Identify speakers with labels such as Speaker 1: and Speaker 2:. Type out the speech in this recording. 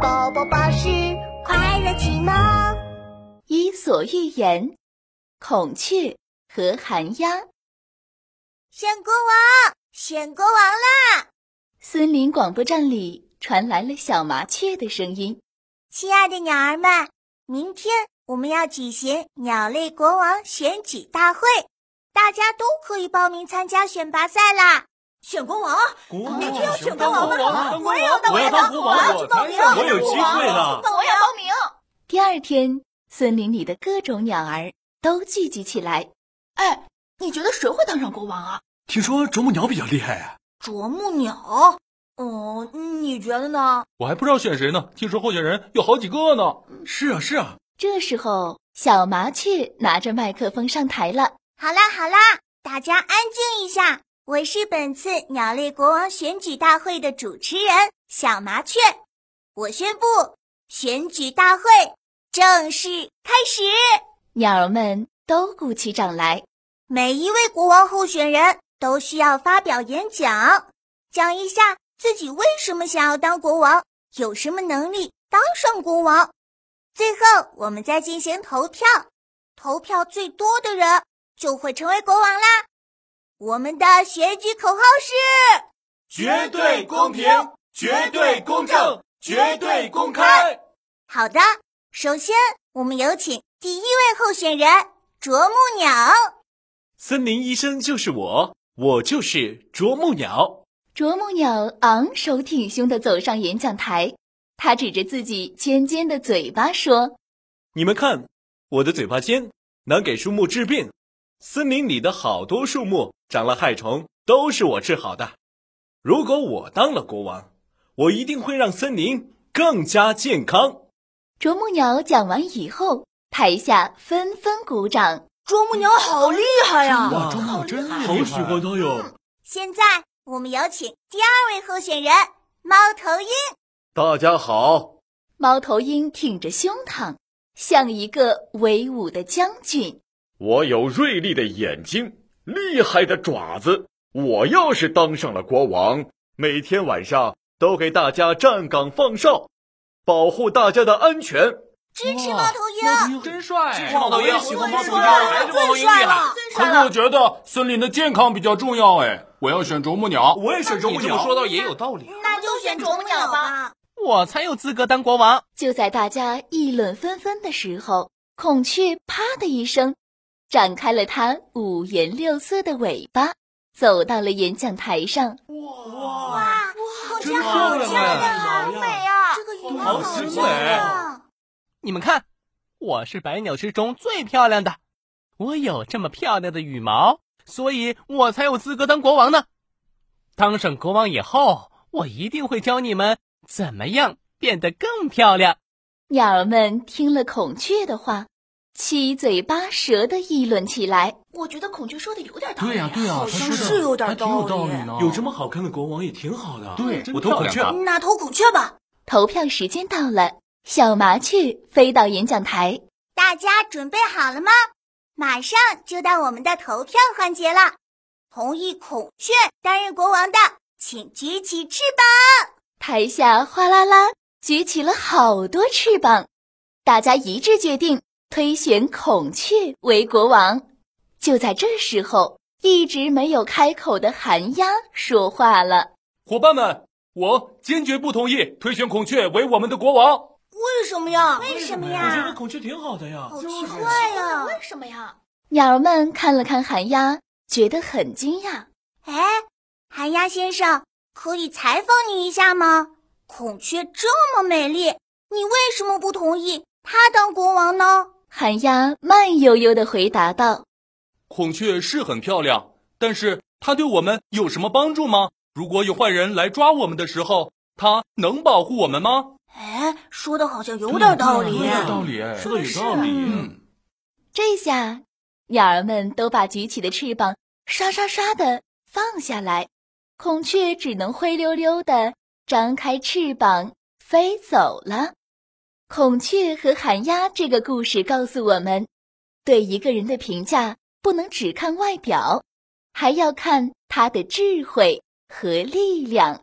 Speaker 1: 宝宝巴士快乐启蒙。
Speaker 2: 伊索寓言：孔雀和寒鸦。
Speaker 1: 选国王，选国王啦！
Speaker 2: 森林广播站里传来了小麻雀的声音。
Speaker 1: 亲爱的鸟儿们，明天我们要举行鸟类国王选举大会，大家都可以报名参加选拔赛啦！选国王，明天要选国王
Speaker 3: 啊
Speaker 1: 了，我也要当，
Speaker 3: 我要当国王
Speaker 1: 我要去报名，啊
Speaker 3: 我有机会了
Speaker 1: 我要报名。啊
Speaker 2: 第二天，森林里的各种鸟儿都聚集起来。
Speaker 4: 哎，你觉得谁会当上国王啊？
Speaker 3: 听说啄木鸟比较厉害啊，
Speaker 1: 啄木鸟，哦，你觉得呢？
Speaker 5: 我还不知道选谁呢，听说候选人有好几个呢。
Speaker 3: 是啊是啊，
Speaker 2: 这时候，小麻雀拿着麦克风上台了。
Speaker 1: 好啦好啦，大家安静一下。我是本次鸟类国王选举大会的主持人小麻雀，我宣布选举大会正式开始。
Speaker 2: 鸟儿们都鼓起掌来。
Speaker 1: 每一位国王候选人都需要发表演讲，讲一下自己为什么想要当国王，有什么能力当上国王。最后，我们再进行投票，投票最多的人就会成为国王啦。我们的选举口号是：
Speaker 3: 绝对公平，绝对公正，绝对公开。
Speaker 1: 好的，首先我们有请第一位候选人啄木鸟。
Speaker 3: 森林医生就是我，我就是啄木鸟。
Speaker 2: 啄木鸟昂首挺胸地走上演讲台，它指着自己尖尖的嘴巴说
Speaker 3: 你们看，我的嘴巴尖，能给树木治病。森林里的好多树木长了害虫，都是我治好的。如果我当了国王，我一定会让森林更加健康。：“
Speaker 2: 啄木鸟讲完以后，台下纷纷鼓掌。
Speaker 1: 啄木鸟好厉害呀、
Speaker 4: 哇啄木鸟真厉
Speaker 3: 啊
Speaker 4: 害好喜欢
Speaker 3: 它哟！
Speaker 1: 现在我们有请第二位候选人猫头鹰。
Speaker 3: 大家好，
Speaker 2: 猫头鹰挺着胸膛，像一个威武的将军。
Speaker 6: 我有锐利的眼睛，厉害的爪子。我要是当上了国王，每天晚上都给大家站岗放哨，保护大家的安全。
Speaker 1: 支持猫头鹰，
Speaker 5: 真帅！
Speaker 3: 支持猫头鹰喜欢猫头鹰还是猫头鹰厉害
Speaker 5: 可是我觉得森林的健康比较重要哎，我要选啄木鸟。
Speaker 3: 我也是啄木
Speaker 5: 你这么
Speaker 3: 鸟。
Speaker 5: 说倒也有道理。啊
Speaker 1: 那就选啄木鸟吧。
Speaker 7: 我才有资格当国王。
Speaker 2: 就在大家议论纷纷的时候，孔雀“啪”的一声，展开了它五颜六色的尾巴，走到了演讲台上。
Speaker 3: 哇，
Speaker 1: 哇，孔雀
Speaker 3: 真
Speaker 1: 好
Speaker 3: 漂亮
Speaker 1: 漂亮，
Speaker 3: 啊
Speaker 1: 好美啊！这个羽
Speaker 3: 毛好
Speaker 1: 好
Speaker 3: 精
Speaker 1: 漂
Speaker 3: 美
Speaker 1: 亮。
Speaker 7: 你们看，我是百鸟之中最漂亮的，我有这么漂亮的羽毛，所以我才有资格当国王呢。当上国王以后，我一定会教你们怎么样变得更漂亮。
Speaker 2: 鸟儿们听了孔雀的话，七嘴八舌地议论起来。
Speaker 4: 我觉得孔雀说的有点道理。
Speaker 3: 对呀对呀
Speaker 4: 好
Speaker 3: 他
Speaker 4: 像
Speaker 3: 说的
Speaker 4: 是有点
Speaker 5: 还挺有道理呢。
Speaker 3: 有这么好看的国王也挺好的。哎
Speaker 5: 对
Speaker 3: 我投孔
Speaker 5: 真
Speaker 3: 雀
Speaker 5: 漂。亮啊
Speaker 1: 那投孔雀吧。
Speaker 2: 投票时间到了，小麻雀飞到演讲台，
Speaker 1: 大家准备好了吗？马上就到我们的投票环节了。同意孔雀担任国王的，请举起翅膀。
Speaker 2: 台下哗啦啦举起了好多翅膀，大家一致决定推选孔雀为国王。就在这时候，一直没有开口的寒鸦说话了
Speaker 5: 伙伴们，我坚决不同意推选孔雀为我们的国王。
Speaker 1: 为什么呀？为什么
Speaker 3: 我觉得
Speaker 1: 呀？
Speaker 3: 孔雀挺好的呀。
Speaker 1: 好啊奇怪呀！
Speaker 4: 哎为什么呀？：“
Speaker 2: 鸟儿们看了看寒鸦，觉得很惊讶。
Speaker 1: 哎，寒鸦先生，可以采访你一下吗？孔雀这么美丽，你为什么不同意它当国王呢？”
Speaker 2: 寒鸦慢悠悠地回答道
Speaker 5: 孔雀是很漂亮，但是它对我们有什么帮助吗？如果有坏人来抓我们的时候，它能保护我们吗？
Speaker 1: 哎，说的好像有点道理。
Speaker 5: 理哎
Speaker 3: 说的有道理。
Speaker 5: 嗯，：“
Speaker 2: 这下，鸟儿们都把举起的翅膀刷刷刷地放下来，孔雀只能灰溜溜地张开翅膀飞走了。”孔雀和寒鸦这个故事告诉我们，对一个人的评价不能只看外表，还要看他的智慧和力量。